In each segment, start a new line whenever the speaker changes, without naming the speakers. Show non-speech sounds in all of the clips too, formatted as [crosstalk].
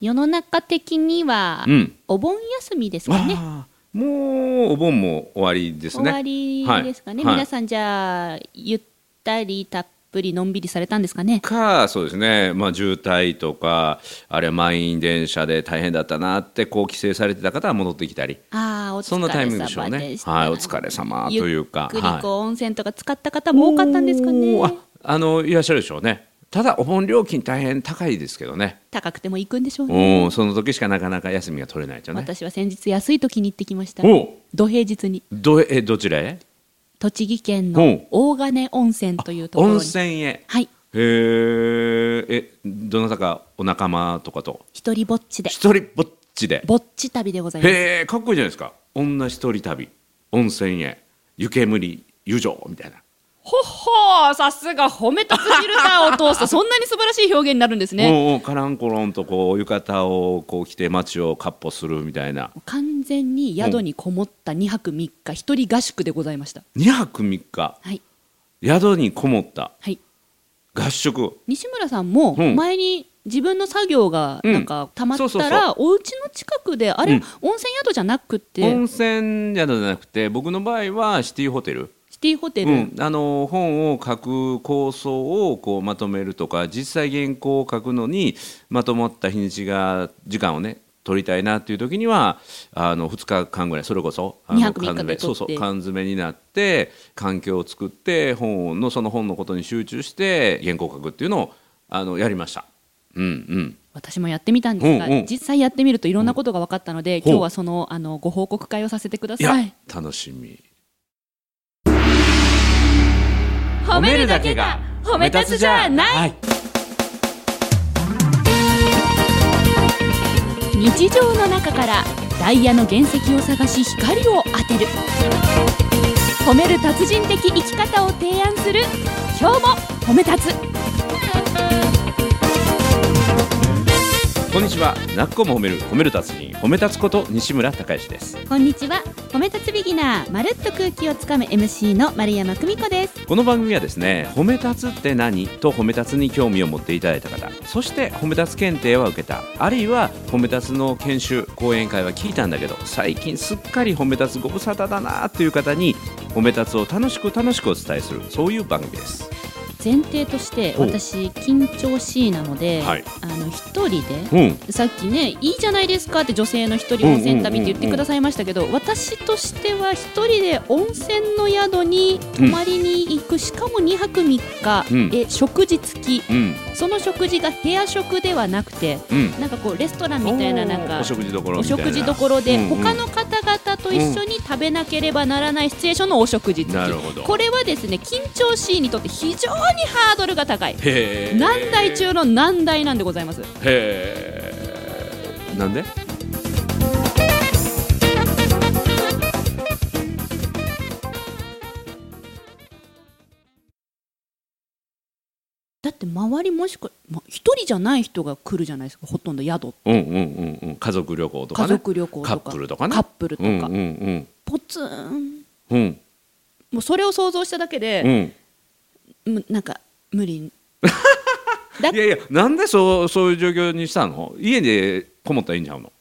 世の中的には、
うん
お盆休みですかね。
あーもうお盆も終わりです
終
ね
わりですかね、
はい
皆さんじゃあゆったりたっぷりのんびりされたんですかね
かそうですね、まあ、渋滞とかあれは満員電車で大変だったなってこう帰省されてた方は戻ってきたり
ああお疲れ様でした
そんなタイミングでしょうねはいお疲れ様というか
ゆっくり
はい
こう、温泉とか使った方も多かったんですか
おーあ
ね
あのいらっしゃるでしょうねただお盆料金大変高いですけどね
高くても行くんでしょう
お
ね
ーその時しかなかなか休みが取れないじゃね
私は先日安い時に行ってきました
おう
土平日に
どえどちらへ
栃木県
お
の
う
大金温泉というところに
温泉へ
はい
へーえどなたかお仲間とかと
一人ぼっちで
一人ぼっちで
ぼっち旅でございます
へえかっこいいじゃないですか女一人旅温泉へ湯煙湯上みたいな、
ほっほーさすが褒めたすぎるなお父さんそんなに素晴らしい表現になるんですね
おうおうカランコロンとこう浴衣をこう着て街をかっ歩するみたいな
完全に宿にこもった2泊3日一人合宿でございました
2泊3日
はい
宿にこもった
はい
合宿
西村さんも
うん
前に自分の作業が
うん
なんか溜ま
そう
っ
そうそ
た
う
らお家の近くであれ
うん
温泉宿じゃなく
温
て
泉宿じゃなくて僕の場合はシティホテル
シティホテ
う
ル
ん、あの本を書く構想をこうまとめるとか実際原稿を書くのにまとまった日にちが時間をね取りたいなっていう時にはあの2日間ぐらいそれこそあの
二泊三日
缶詰
で取
そ
っ
う
て
そう缶詰になって環境を作って本のその本のことに集中して原稿を書くっていうのをあのやりました。うんうん、
私もやってみたんですが
うんうん
実際やってみるといろんなことが分かったので
ほう
今日はそのあのご報告会をさせてくだ
いや、
さい
楽しみ
褒立つ
はい
日常の中からダイヤの原石を探し光を当てる褒める達人的生き方を提案する今日も褒め立つ
こんにちはなっこも褒める褒める達人褒め立つこと西村孝之です
こんにちは褒め立つビギナーまるっと空気をつかむ MC の丸山久美子です
この番組はですね褒め立つって何と褒め立つに興味を持っていただいた方そして褒め立つ検定は受けたあるいは褒め立つの研修講演会は聞いたんだけど最近すっかり褒め立つご無沙汰だなっていう方に褒め立つを楽しく楽しくお伝えするそういう番組です
前提として
お
私緊張しいなので、
はい
あの一人で
うん
さっきねいいじゃないですかって女性の一人温泉旅って言ってくださいましたけど、私としては一人で温泉の宿に泊まりに行く、しかも2泊3日、
うん
え食事付き
うん
その食事が部屋食ではなくて
うん
なんかこうレストランみたいななん
おー
か
お食事どころ
お
みたいな
食事どころで、
うんうん
他の方々と一緒に食べなければならないシチュエーションのお食事付き、
なるほど
これはですね緊張シーンにとって非常にハードルが高い
へー
難題中の難題なんでございます
へえなんで
だって周りもしくはま一人じゃない人が来るじゃないですかほとんど宿
うんうんうんうん家族旅行とか
家
ね
族旅行とか
カップルとかね
カップルとか
うんうん
ポツン
うんうん
もうそれを想像しただけ
う
で、
ん
むなんか無理
いやいやなんでそうそういう状況にしたの家でこもったらいいん
[laughs]
ちゃうの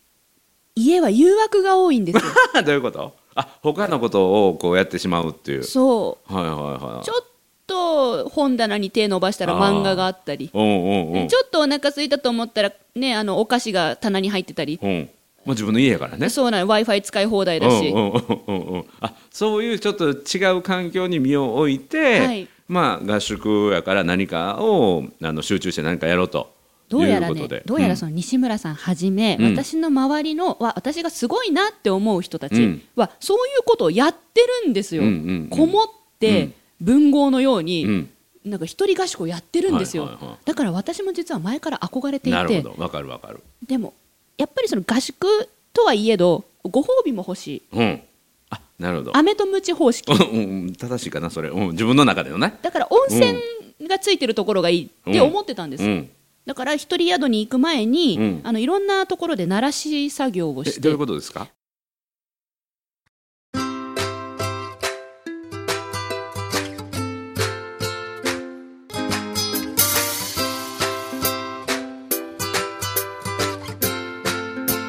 家は誘惑が多い
[laughs]
んですよ
どういうことあ他のことをこうやってしまうっていう
そ
はいはいは
う
い
ちょっと本棚に手伸ばしたら漫画があったり
うんうんうん
ちょっとお腹空いたと思ったらねあのお菓子が棚に入ってたり、
うんまあ、自分の家やからね
そうなの w i f i 使い放題だし、
うんうんうんうんうんあそういうちょっと違う環境に身を置いて、
はい
まあ合宿やから何かをあの集中して何かやろうと
どうやら
いう
ね
ことで
どうやらその西村さんはじめ、
うん
私の周りのわ私がすごいなって思う人た
う
ち
ん
は、そういうことをやってるんですよ、
うんうんうん
こもって文豪のように、
うん
なんか一人合宿をやってるんですよ、
はいはいはい
だから私も実は前から憧れて
うん
い
なる
て
ほどわかるわかる
でもやっぱりその合宿とはいえどご褒美も欲しい
うんあなるほど
飴とムチ方式
うんうん正しいかなそれ、うん、自分の中でのね
だから温泉がついてるところがいいって思ってたんです、
うん
だから一人宿に行く前に、
うん
あのいろんなところで慣らし作業を
え
して
どういうことですか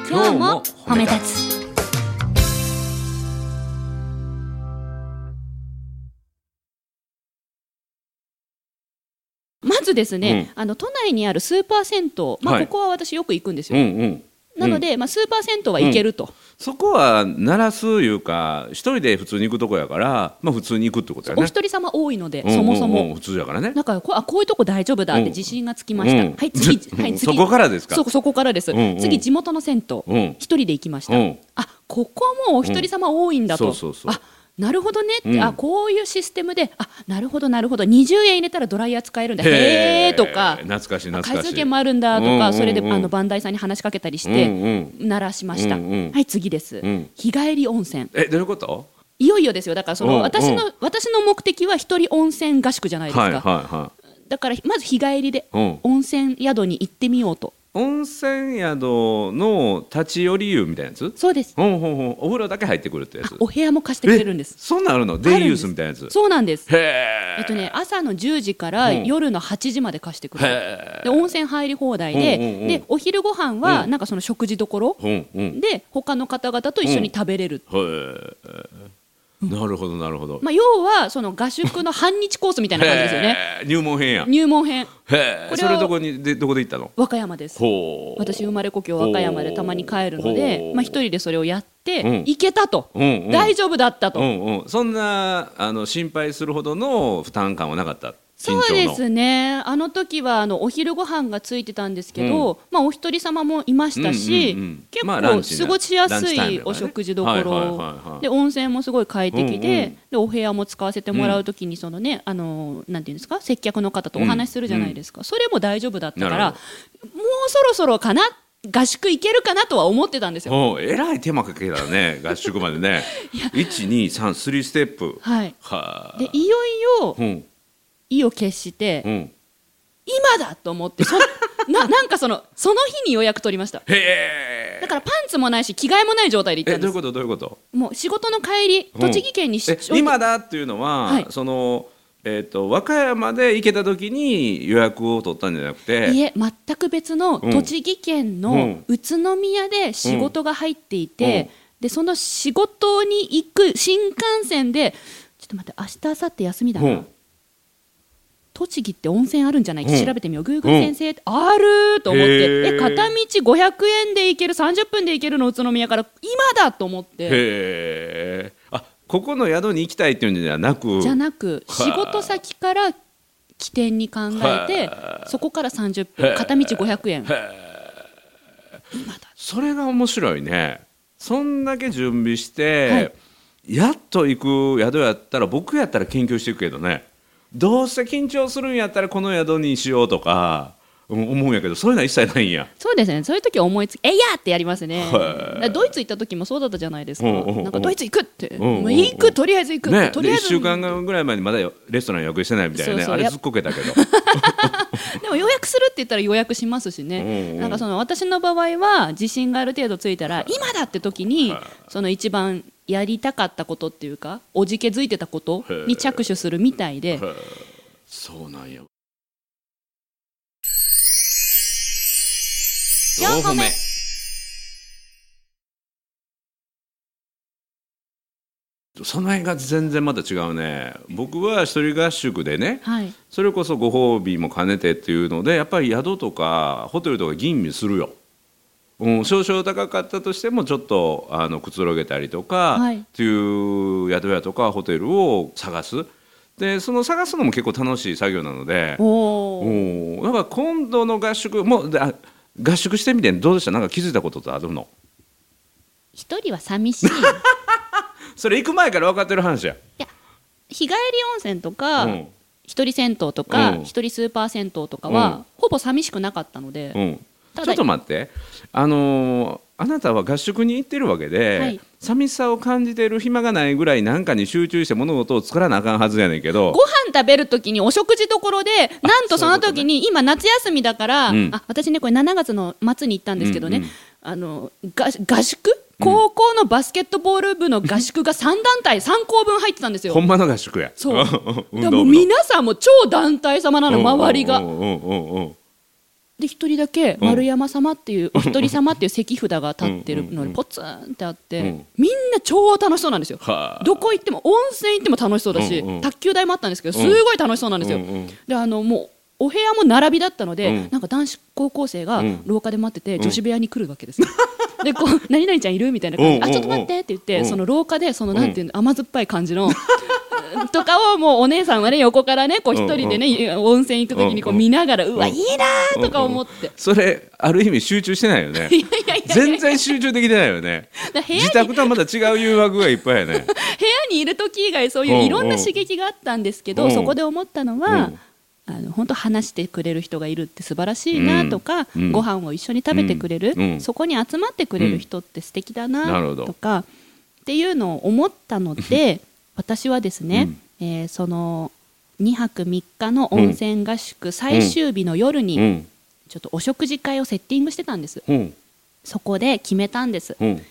今日も褒め立つ。まずですね、あの都内にあるスーパー銭湯、ま
は
あ、
い
ここは私よく行くんです
うん
よ、
うん
なので、まあ、スーパー銭湯は行けると、
そこは鳴らすいうか一人で普通に行くとこやからまあ普通に行くってことやね
お一人様多いので、
うんうん
そ
うん
もそも。
普通やからね
だからこうあこういうとこ大丈夫だっ
うん
て自信がつきました、
うん
はい次、
[laughs] うん
はい、次
そこからですか
そこそこからです、
うんうん
次地元の銭湯、一
うん
人で行きました、
うん
あここもお一人様多いんだと、
うんそうそうそう
あなるほどねって、
うん
あこういうシステムであなるほどなるほど20円入れたらドライヤー使えるんだへーとか
懐かしい懐かしい
回数券もあるんだとか、
うんうんうん
それであのバンダイさんに話しかけたりして、
うんうん
鳴らしました、
うんうん
はい次です、
うん
日帰り温泉
えどういうこと
いよいよですよだからそ
うんう
の
ん
私の、私の目的は一人温泉合宿じゃないですか、
はいはいは
だからまず日帰りで
うん
温泉宿に行ってみようと、
い温泉宿の立ち寄り湯みたいなやつ
そうです
ほんほんほんお風呂だけ入ってくるってや
あ
つ
お部屋も貸してくれるんです
えそんなんあるのデイユースみたいなやつ
そうなんです
へえ
えっとね朝の10時から
うん
夜の8時まで貸してくれる、
へ
で温泉入り放題で,、
うんうんうん
でお昼ご飯は
う
なんかその食事どころ、
えうんうん
で他の方々と一緒に食べれる、
へえなるほどなるほど
まあ、要はその合宿の半日コースみたいな感じですよね
へえ入門編や
入門編
へ
こ
え
れを
それどこにでどこで行ったの
和歌山です
ほう
私生まれ故郷和歌山でたまに帰るの
ほ
で
う
まあ、一人でそれをやって、
うん
行けたと、
うんうん
大丈夫だったと、
うんうんそんなあの心配するほどの負担感はなかった緊張
そ
の
うですねあの時はあのお昼ご飯がついてたんですけど、まあ、お一人様もいましたし、
うんうんうん
結
まあラ
構
ンチ
過
な
ごしや
ラン
す
チタイム
い
だからね
お食事どころ、
はいはいはいはい
で温泉もすごい快適で,、
うんうん
でお部屋も使わせてもらう時にその、ねあのなんていうんですか接客の方とお話しするじゃないですか、それも大丈夫だったか
な
ら
る
もうそろそろかな合宿行けるかなとは思ってたんですよ。
おうえらい手間かけた
[laughs]
ね合宿までね1233ステップ
はい、
はあ
でいよいよ
うん
意を決して、
うん
今だと思ってそ [laughs] ななんかそのその日に予約取りました
へ
だ
え
からパンツもないし着替えもない状態で行った
え
ん
ど
で
ういう
す
ことどういうこと
もう仕事の帰り
うん
栃木県に出
え
張
今だっていうのは、
はい
そのえっ、と和歌山で行けた時に予約を取ったんじゃなくて
いえ全く別の
うん
栃木県
う
の
ん
宇都宮で仕事が入っていて、でその仕事に行く新幹線でちょっと待って明日明後日休みだな、
うん
栃木って温泉あるんじゃない、
うん
調べてみよう Google 先生、あると思っ
へ
て
ー
え片道500円で行ける30分で行けるの宇都宮から今だと思って。
へえあここの宿に行きたいっていうんじゃなく
じゃなく
はあ
仕事先から起点に考えてそこから30分片道500円
それが面白いねそんだけ準備して、
はい
やっと行く宿やったら僕やったら研究していくけどねどうせ緊張するんやったらこの宿にしようとかうん思うんやけどそういうのは一切ないんや
そうですねそういう時は思いつき「えいや!」ってやりますね
へ
だ
え
からドイツ行った時もそうだったじゃないですか
うんうんうん
なんかドイツ行くって
んうんうん
もう行くとりあえず行く
ね
とりあえ
1
ず
週間ぐらい前にまだよレストラン予約してないみたいなね
そうそう
あれ
や
ずっこけたけど
でも予約するって言ったら予約しますしね、
うんうん
なんかその私の場合は自信がある程度ついたら今だって時にその一番やりたかったことっていうかおじけづいてたことに着手するみたいで
そうなんや
四個目
その辺が全然また違うね僕は一人合宿でね
はい
それこそご褒美も兼ねてっていうのでやっぱり宿とかホテルとか吟味するよ、うん、少々高かったとしてもちょっとあのくつろげたりとか、
はい
っていう宿屋とかホテルを探すでその探すのも結構楽しい作業なので
おー
おなんか今度の合宿もうであ合宿してみてどうでしたなんか気づいたことってあるの
一人は寂しいい
それ行く前から分かってる話や、
や日帰り温泉と
う
か
ん
一人銭湯とか
うん
一人スーパー銭湯とか
う
はほぼ寂しくなかったので
うん、
ただ
ちょっと待ってあのーあなたは合宿に行ってるわけで、
はい
寂しさを感じてる暇がないぐらい何かに集中して物事を作らなあかんはずやねんけど
ご飯食べるときにお食事どころでなんとその時に今夏休みだから
うん
あ私ねこれ7月の末に行ったんですけど
うん
ね
うん
あのが合宿高校のバスケットボール部の合宿が3団体3校分入ってたんです
ほ
よ。
んまの合宿や
そうだか
運
ら
動
もう
部の
皆さんも超団体様なの周りが
うんうんうんうんうん
で一人だけ
うん
丸山様っていう、お一人様っていう関札が立ってる
うんう
の
んうん
にポツンってあって、
うん
みんな超楽しそうなんですよ。
はあ
どこ行っても温泉行っても楽しそうだし、
うんうん
卓球台もあったんですけど
うん
すごい楽しそうなんですよ。
うんうん
であのもうお部屋も並びだったので、
うん
なんか男子高校生が
うん
廊下で待ってて、
ん
女子部屋に来るわけですよ。でこう [laughs] 何々ちゃんいるみたいな感じで、
うん
あちょっと待ってって言って、
うん
その廊下でそのなんていうの、甘酸っぱい感じの [laughs] とかをもうお姉さんはね横からねこう一人でね、温泉行く時にこう
うんうん
見ながら、うわ
うん
いいなーとか思って、
それある意味集中してないよね
[laughs] いやいやいやいや
全然集中できてないよね
だから部屋
自宅とはまた違う誘惑がいっぱいやね
部屋にいる時以外そう
うんう
いうんいろんな刺激があったんですけど、
うん
そこで思ったのは、
うん
あの本当話してくれる人がいるって素晴らしいなとか、
うん
ご飯を一緒に食べてくれる、
うんうん
そこに集まってくれる人って素敵だ
うんなるほ
な
ど
とか、っていうのを思ったので私はですね、えーその2泊3日の温泉合宿最終日の夜
う
に
ん
ちょっとお食事会をセッティングしてたんです
うん
そこで決めたんです
うん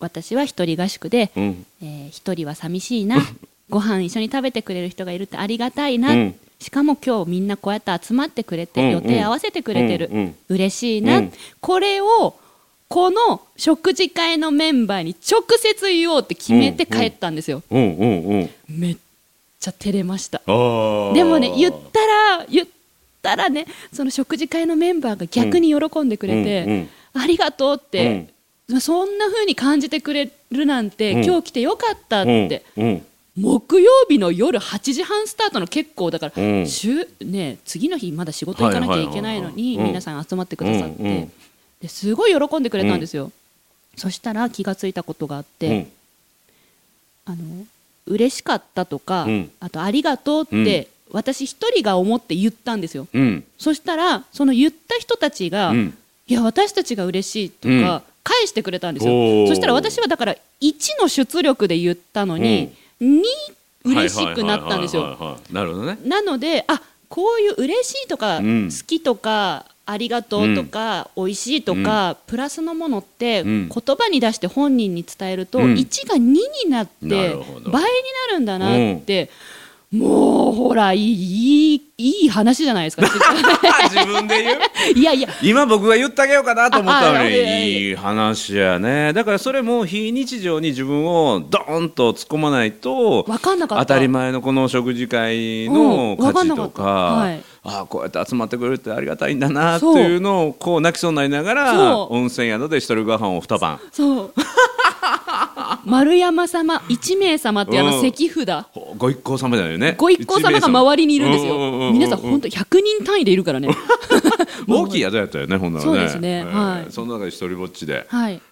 私は一人合宿で
うん
えー一人は寂し
[laughs]
いなご飯一緒に食べてくれる人がいるってありがたいな、
うん
しかも今日みんなこうやって集まってくれて、
うんうん
予定合わせてくれてる、
うんうん
嬉しいな、
うん
これをこの食事会のメンバーに直接言おうって決めて帰ったんですよ、
うんうんうん
めっちゃ照れました
あー
でもね言ったら言ったらねその食事会のメンバーが逆に喜んでくれて、
うんうん
ありがとうって、そんな風に感じてくれるなんて、
うん
今日来てよかったっ
う
て、
んうん
木曜日の夜8時半スタートの結構だから、
うん
週ね、次の日まだ仕事行かなきゃいけないのに、
はいはいはいはい
皆さん集まってくださって、
うんうん
ですごい喜んでくれたんですよ、そしたら気がついたことがあっ
う
て、
ん
あの嬉しかったとか、
うん
あとありがとうって、私一人が思って言ったんですよ
うん
そしたらその言った人たちが、
うん
いや私たちが嬉しいとか、
うん
返してくれたんです
お
よ
ー
そしたら私はだから1の出力で言ったのに、2嬉しくなったんです
はいは
よ
いはいはいはいなるほ
[laughs]
どね
なのであこういう嬉しいとか、
うん
好きとかありがとうとか、美味しいとか、プラスのものって、
うん
言葉に出して本人に伝えると、
うん
1が2になって
な
倍
る
に
ほど
なるんだなって、もうほらいいいいいい話じゃないで
[laughs]
すか
自分で言う
いやいや
今僕が言ってあげようかなと思ったの
ああ
に
いやいやいや
いい話やねだからそれも非日常に自分をドーンと突っ込まないと
分かんなかった
当たり前のこの食事会の
うんわ
価
かんな
値
か
と
った
か,、
はい
ああこうやって集まってくれるってありがたいんだなって
そう
いうのをこう泣きそうになりながら
そう
温泉宿で一人ご飯を二晩
そう
[laughs]
丸山様一名様っていうあの関札
ほご一行様だよね
ご一行様が周りにいるんです
うううう
よ皆さん本当100人単位でいるからね
大きい宿やったよねほんならね
そうですね
ええ
はい
その中で一人ぼっちで
はい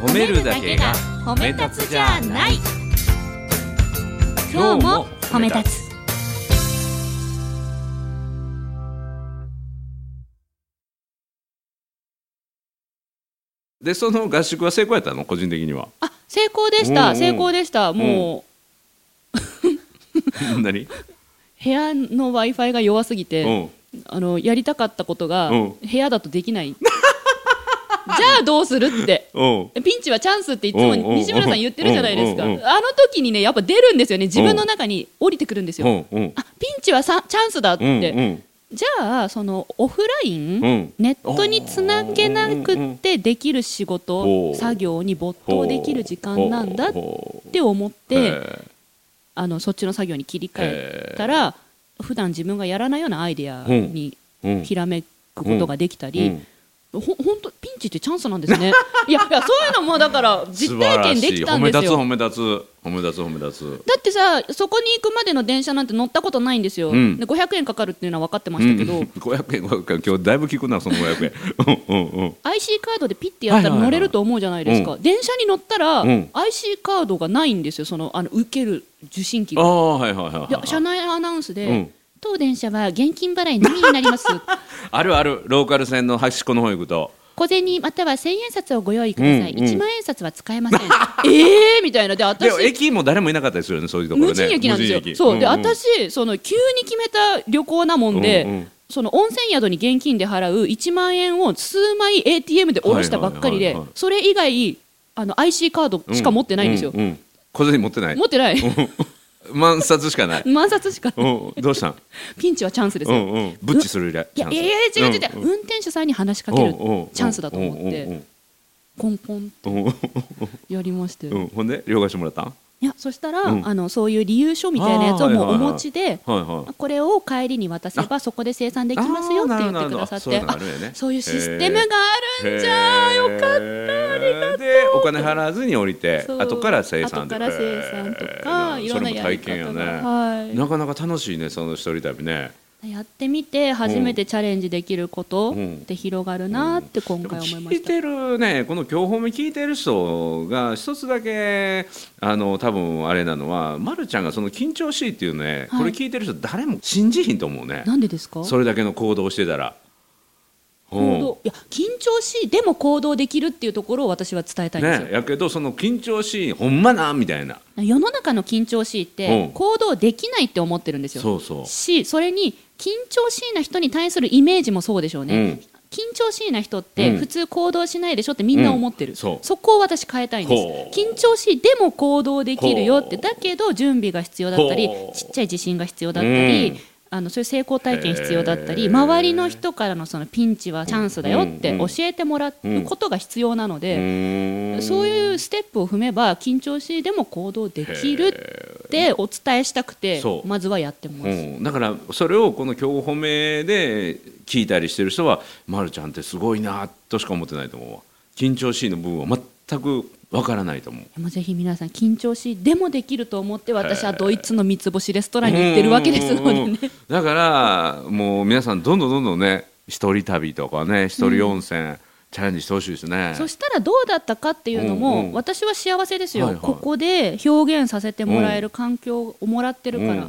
褒めるだけが褒め立つじゃない今日も褒め立
つ
でその合宿は成功やったの個人的に
[laughs]
は
あ成功でし
うんう
た
ん
成功でしたも
何
う部屋の w i f i が弱すぎ
う
て
ん
あのやりたかったことが
うん
部屋だとできない [laughs] じゃあどうするって
うん
ピンチはチャンスっていつも
うんうんうん
西村さん言ってるじゃないですかあ
うん
の
うん
時にねやっぱ出るんですよね自分の中に降りてくるんです
う
よ
んうん
あピンチはさチャンスだっ
うんうん
てじゃあそのオフライン、
うん
ネットにつなげなくってできる仕
ほ
事
う
作業に没頭できる時間なんだっ
ほう
て思っ
へ
て
え
あのそっちの作業に切り替えたら普段自分がやらないようなアイデアに
うん
ひらめくことができた
う
り
ん。
ほ本当ピンチってチャンスなんです
[laughs]
ね。いやいやそういうのもだから実体験できたんですよ。
素晴らしい褒め立つ褒め立つ褒め立つ
だってさそこに行くまでの電車なんて乗ったことないんですよ。
うん
で500円かかるっていうのは分かってましたけ
う
ど
ん、500円500円今日だいぶ効くなその500円うんうんうん
IC カードでピッてやったら
はいはいは
乗れ
い
ると思うじゃないですか、
う
電車に乗ったら、
うん
IC カードがないんですよそのあの受ける受信機
あ
が
あはいはいはいはい
で車内アナウンスで、
うん
当電車は現金払いのみになります
[laughs] あるあるローカル線の端っこの方行くと
小銭または千円札をご用意ください、
うんうん
1万円札は使え
[laughs]
ませんええー、みたいなで
でも
私
駅も誰もいなかったりするよねそういうところね
無人駅なんですよ、
無人駅
そう、で
んん
私その急に決めた旅行なもんで、
うんうん
その温泉宿に現金で払う1万円を数枚 ATM で下ろしたばっかりで、
はいはいはいはい
それ以外あの IC カードしか持ってないんですよ、
うんうん小銭持ってない
持ってない
万冊し
[laughs]
かない
万冊しか
うんどうしたん
ピンチはチャンスです
う
よ、
んうんブッチする以来
いやいやいや違う違う違う、運転手さんに話しかけるチャンスだと思ってコンコンって
うんうん
やりまして、
うんうんほんで了解してもらったはい
いやそしたら、
うん
あのそういう理由書みたいなやつをもうお持ちで、
はい
これを帰りに渡せばそこで生産できますよって言ってくださっ
あー
て
なるほどなるほどそういうのがあるんやね
あそういうシステムがあるんじゃよかった
あでお金払わずに降りて
そう
後から生産
後から生産とか
へー
いろんな
それも
やり
体
方が
験やね
はい
なかなか楽しいねその一人旅ね
やってみて初めてチャレンジできること
うん
って広がるなって今
でも
回思いま
聞い
した。
てるねこの教本も聞いてる人が一つだけあの多分あれなのは、ま、るちゃんがその緊張しいっていうね、
はい
これ聞いてる人誰も信じひんと思うね
なんでですか？
それだけの行動してたら。
行
うん
動いや緊張しいでも行動できるっていうところを私は伝えたいんですよ
ね、。やけどその緊張しいほんまなみたいな
世の中の緊張しいっ
う
て
ん
行動できないって思ってるんですよ。
そうそ
しそれに緊張しいな人に対するイメージもそうでしょう
う、
ね、緊張しいな人って
うん
普通行動しないでしょってみんな思ってる、
うんそう
こを私変えたいんです
ほう
緊張しいでも行動できるよって
ほう
だけど準備が必要だったり
ほう
ちっちゃい自信が必要だったり、
うん
あのそういう成功体験必要だった
へ
り
ー
周りの人からのそのピンチはチャンスだよって
うんう
教
ん
えてもらうことが必要なの
う
で、
ーん
そういうステップを踏めば緊張しいでも行動できるってお伝えしたくて
そう
まずはやってます。
うん、だからそれをこの今日褒めで聞いたりしてる人は、ま、るちゃんってすごいなとしか思ってないと思うわ緊張しいの部分は全くわからないと思う
もうぜひ皆さん緊張しでもできると思って私はドイツの三つ星レストランに行ってるわけですので
うんうん
ね
うんだからもう皆さんどんどんどんどんね一人旅とかね一人温泉、チャレンジしてほしいですね
そしたらどうだったかっていうのも、
うんうん
私は幸せですよ、
はいはい
ここで表現させてもらえる環境をもらってるから、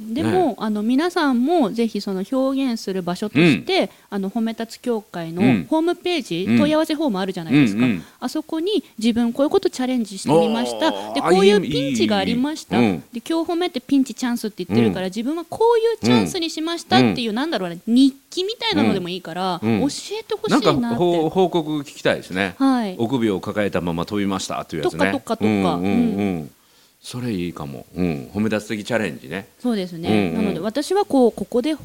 でも、
ね
あの皆さんもぜひその表現する場所として、あの褒め立つ協会の
うん
ホームページ、
うん
問い合わせフォームあるじゃないですか、
うんうん
あそこに自分こういうことチャレンジしてみました
おー
でこうい
あ
う
いい
ピンチがありました
いいいいうん
で今日褒めってピンチチャンスって言ってるから、自分はこういうチャンスにしましたっていう、なんだろうね日記みたいなのでもいいから、
うんうん
教えてほしいな
な
んって。
か報報告聞きたいですね、
はい、
臆病を抱えたまま飛びましたというやつね
とかとかとか
うんうんうんそれいいかも、うん、褒め立つ的チャレンジね
そうですね、
うんうん
なので私はこうここで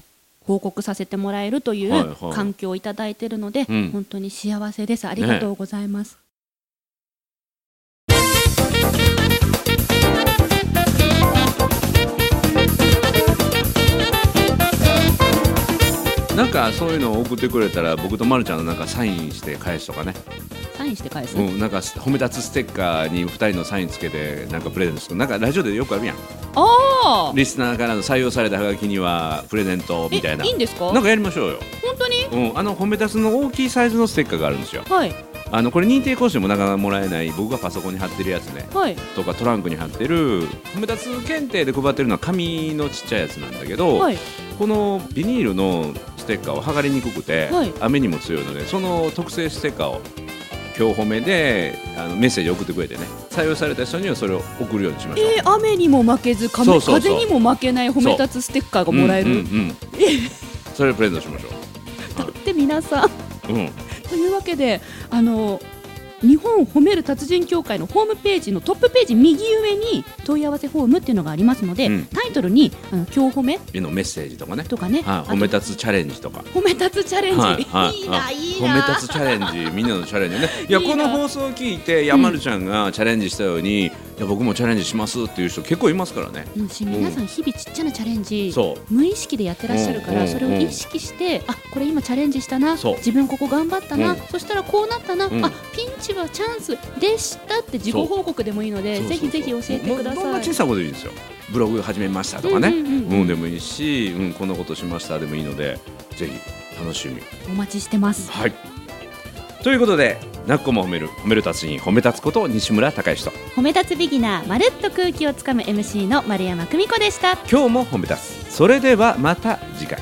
報告させてもらえるとい
はいうはい
環境をいただいているので、
うん
本当に幸せですありがとうございます、
なんかそういうのを送ってくれたら僕とまるちゃんのなんかサインして返すとかね、
サインして返す、
うん、なんか褒め立つステッカーに2人のサインつけてなんかプレゼントするなんかラジオでよくあるやん
ああ
リスナーからの採用されたハガキにはプレゼントみたいな
えいいんですか
なんかやりましょうよ、
本当に
うん、あの褒め立つの大きいサイズのステッカーがあるんですよ
はい
あのこれ認定講師でもなかなかもらえない僕がパソコンに貼ってるやつね
はい
とかトランクに貼ってる褒め立つ検定で配ってるのは紙のちっちゃいやつなんだけど、
はい
このビニールのステッカーは剥がれにくくて、
はい
雨にも強いのでその特製ステッカーを今日褒めであのメッセージ送ってくれてね採用された人にはそれを送るようにしましょう。
えー、雨にも負けず風
そうそうそう
風にも負けない褒め立つステッカーがもらえる、
うんうんうんそれをプレゼントしましょ
だって皆さん
う。うん、
というわけであの日本褒める達人協会のホームページのトップページ右上に問い合わせフォームっていうのがありますので、
うん
タイトルに「あの今日褒め」
絵のメッセージとかね。
とかね、
はい、褒め立つチャレンジとか。
褒め立つチャレンジ、、、
はいはいは
ないいい
褒
な
め立つチャレンジみんなのチャレ
[laughs]
ンジねいや
いいな
この放送を聞いてやまるちゃんがチャレンジしたように、いや僕もチャレンジしますっていう人結構いますからね
うんし皆さん日々ちっちゃなチャレンジ、
そ
無意識でやってらっしゃるから、
うん
それを意識して、あこれ今チャレンジしたな
そう
自分ここ頑張ったな、
うん
そしたらこうなったな、
うん
あピンチはチャンスでしたって自己
そう
報告でもいいの
う
で
そうそう
ぜひぜひ教えてくだ
もうどん
さ
ない小さいことでいいんですよブログ始めましたとかね、
う
うんん
うんうんうん
でもいいし、うん、こんなことしましたでもいいのでぜひ楽しみ
お待ちしてます
はいということでなっこも褒める褒める達人褒め立つこと西村孝之と
褒め立つビギナーまるっと空気をつかむ MC の丸山久美子でした
今日も褒め立つそれではまた次回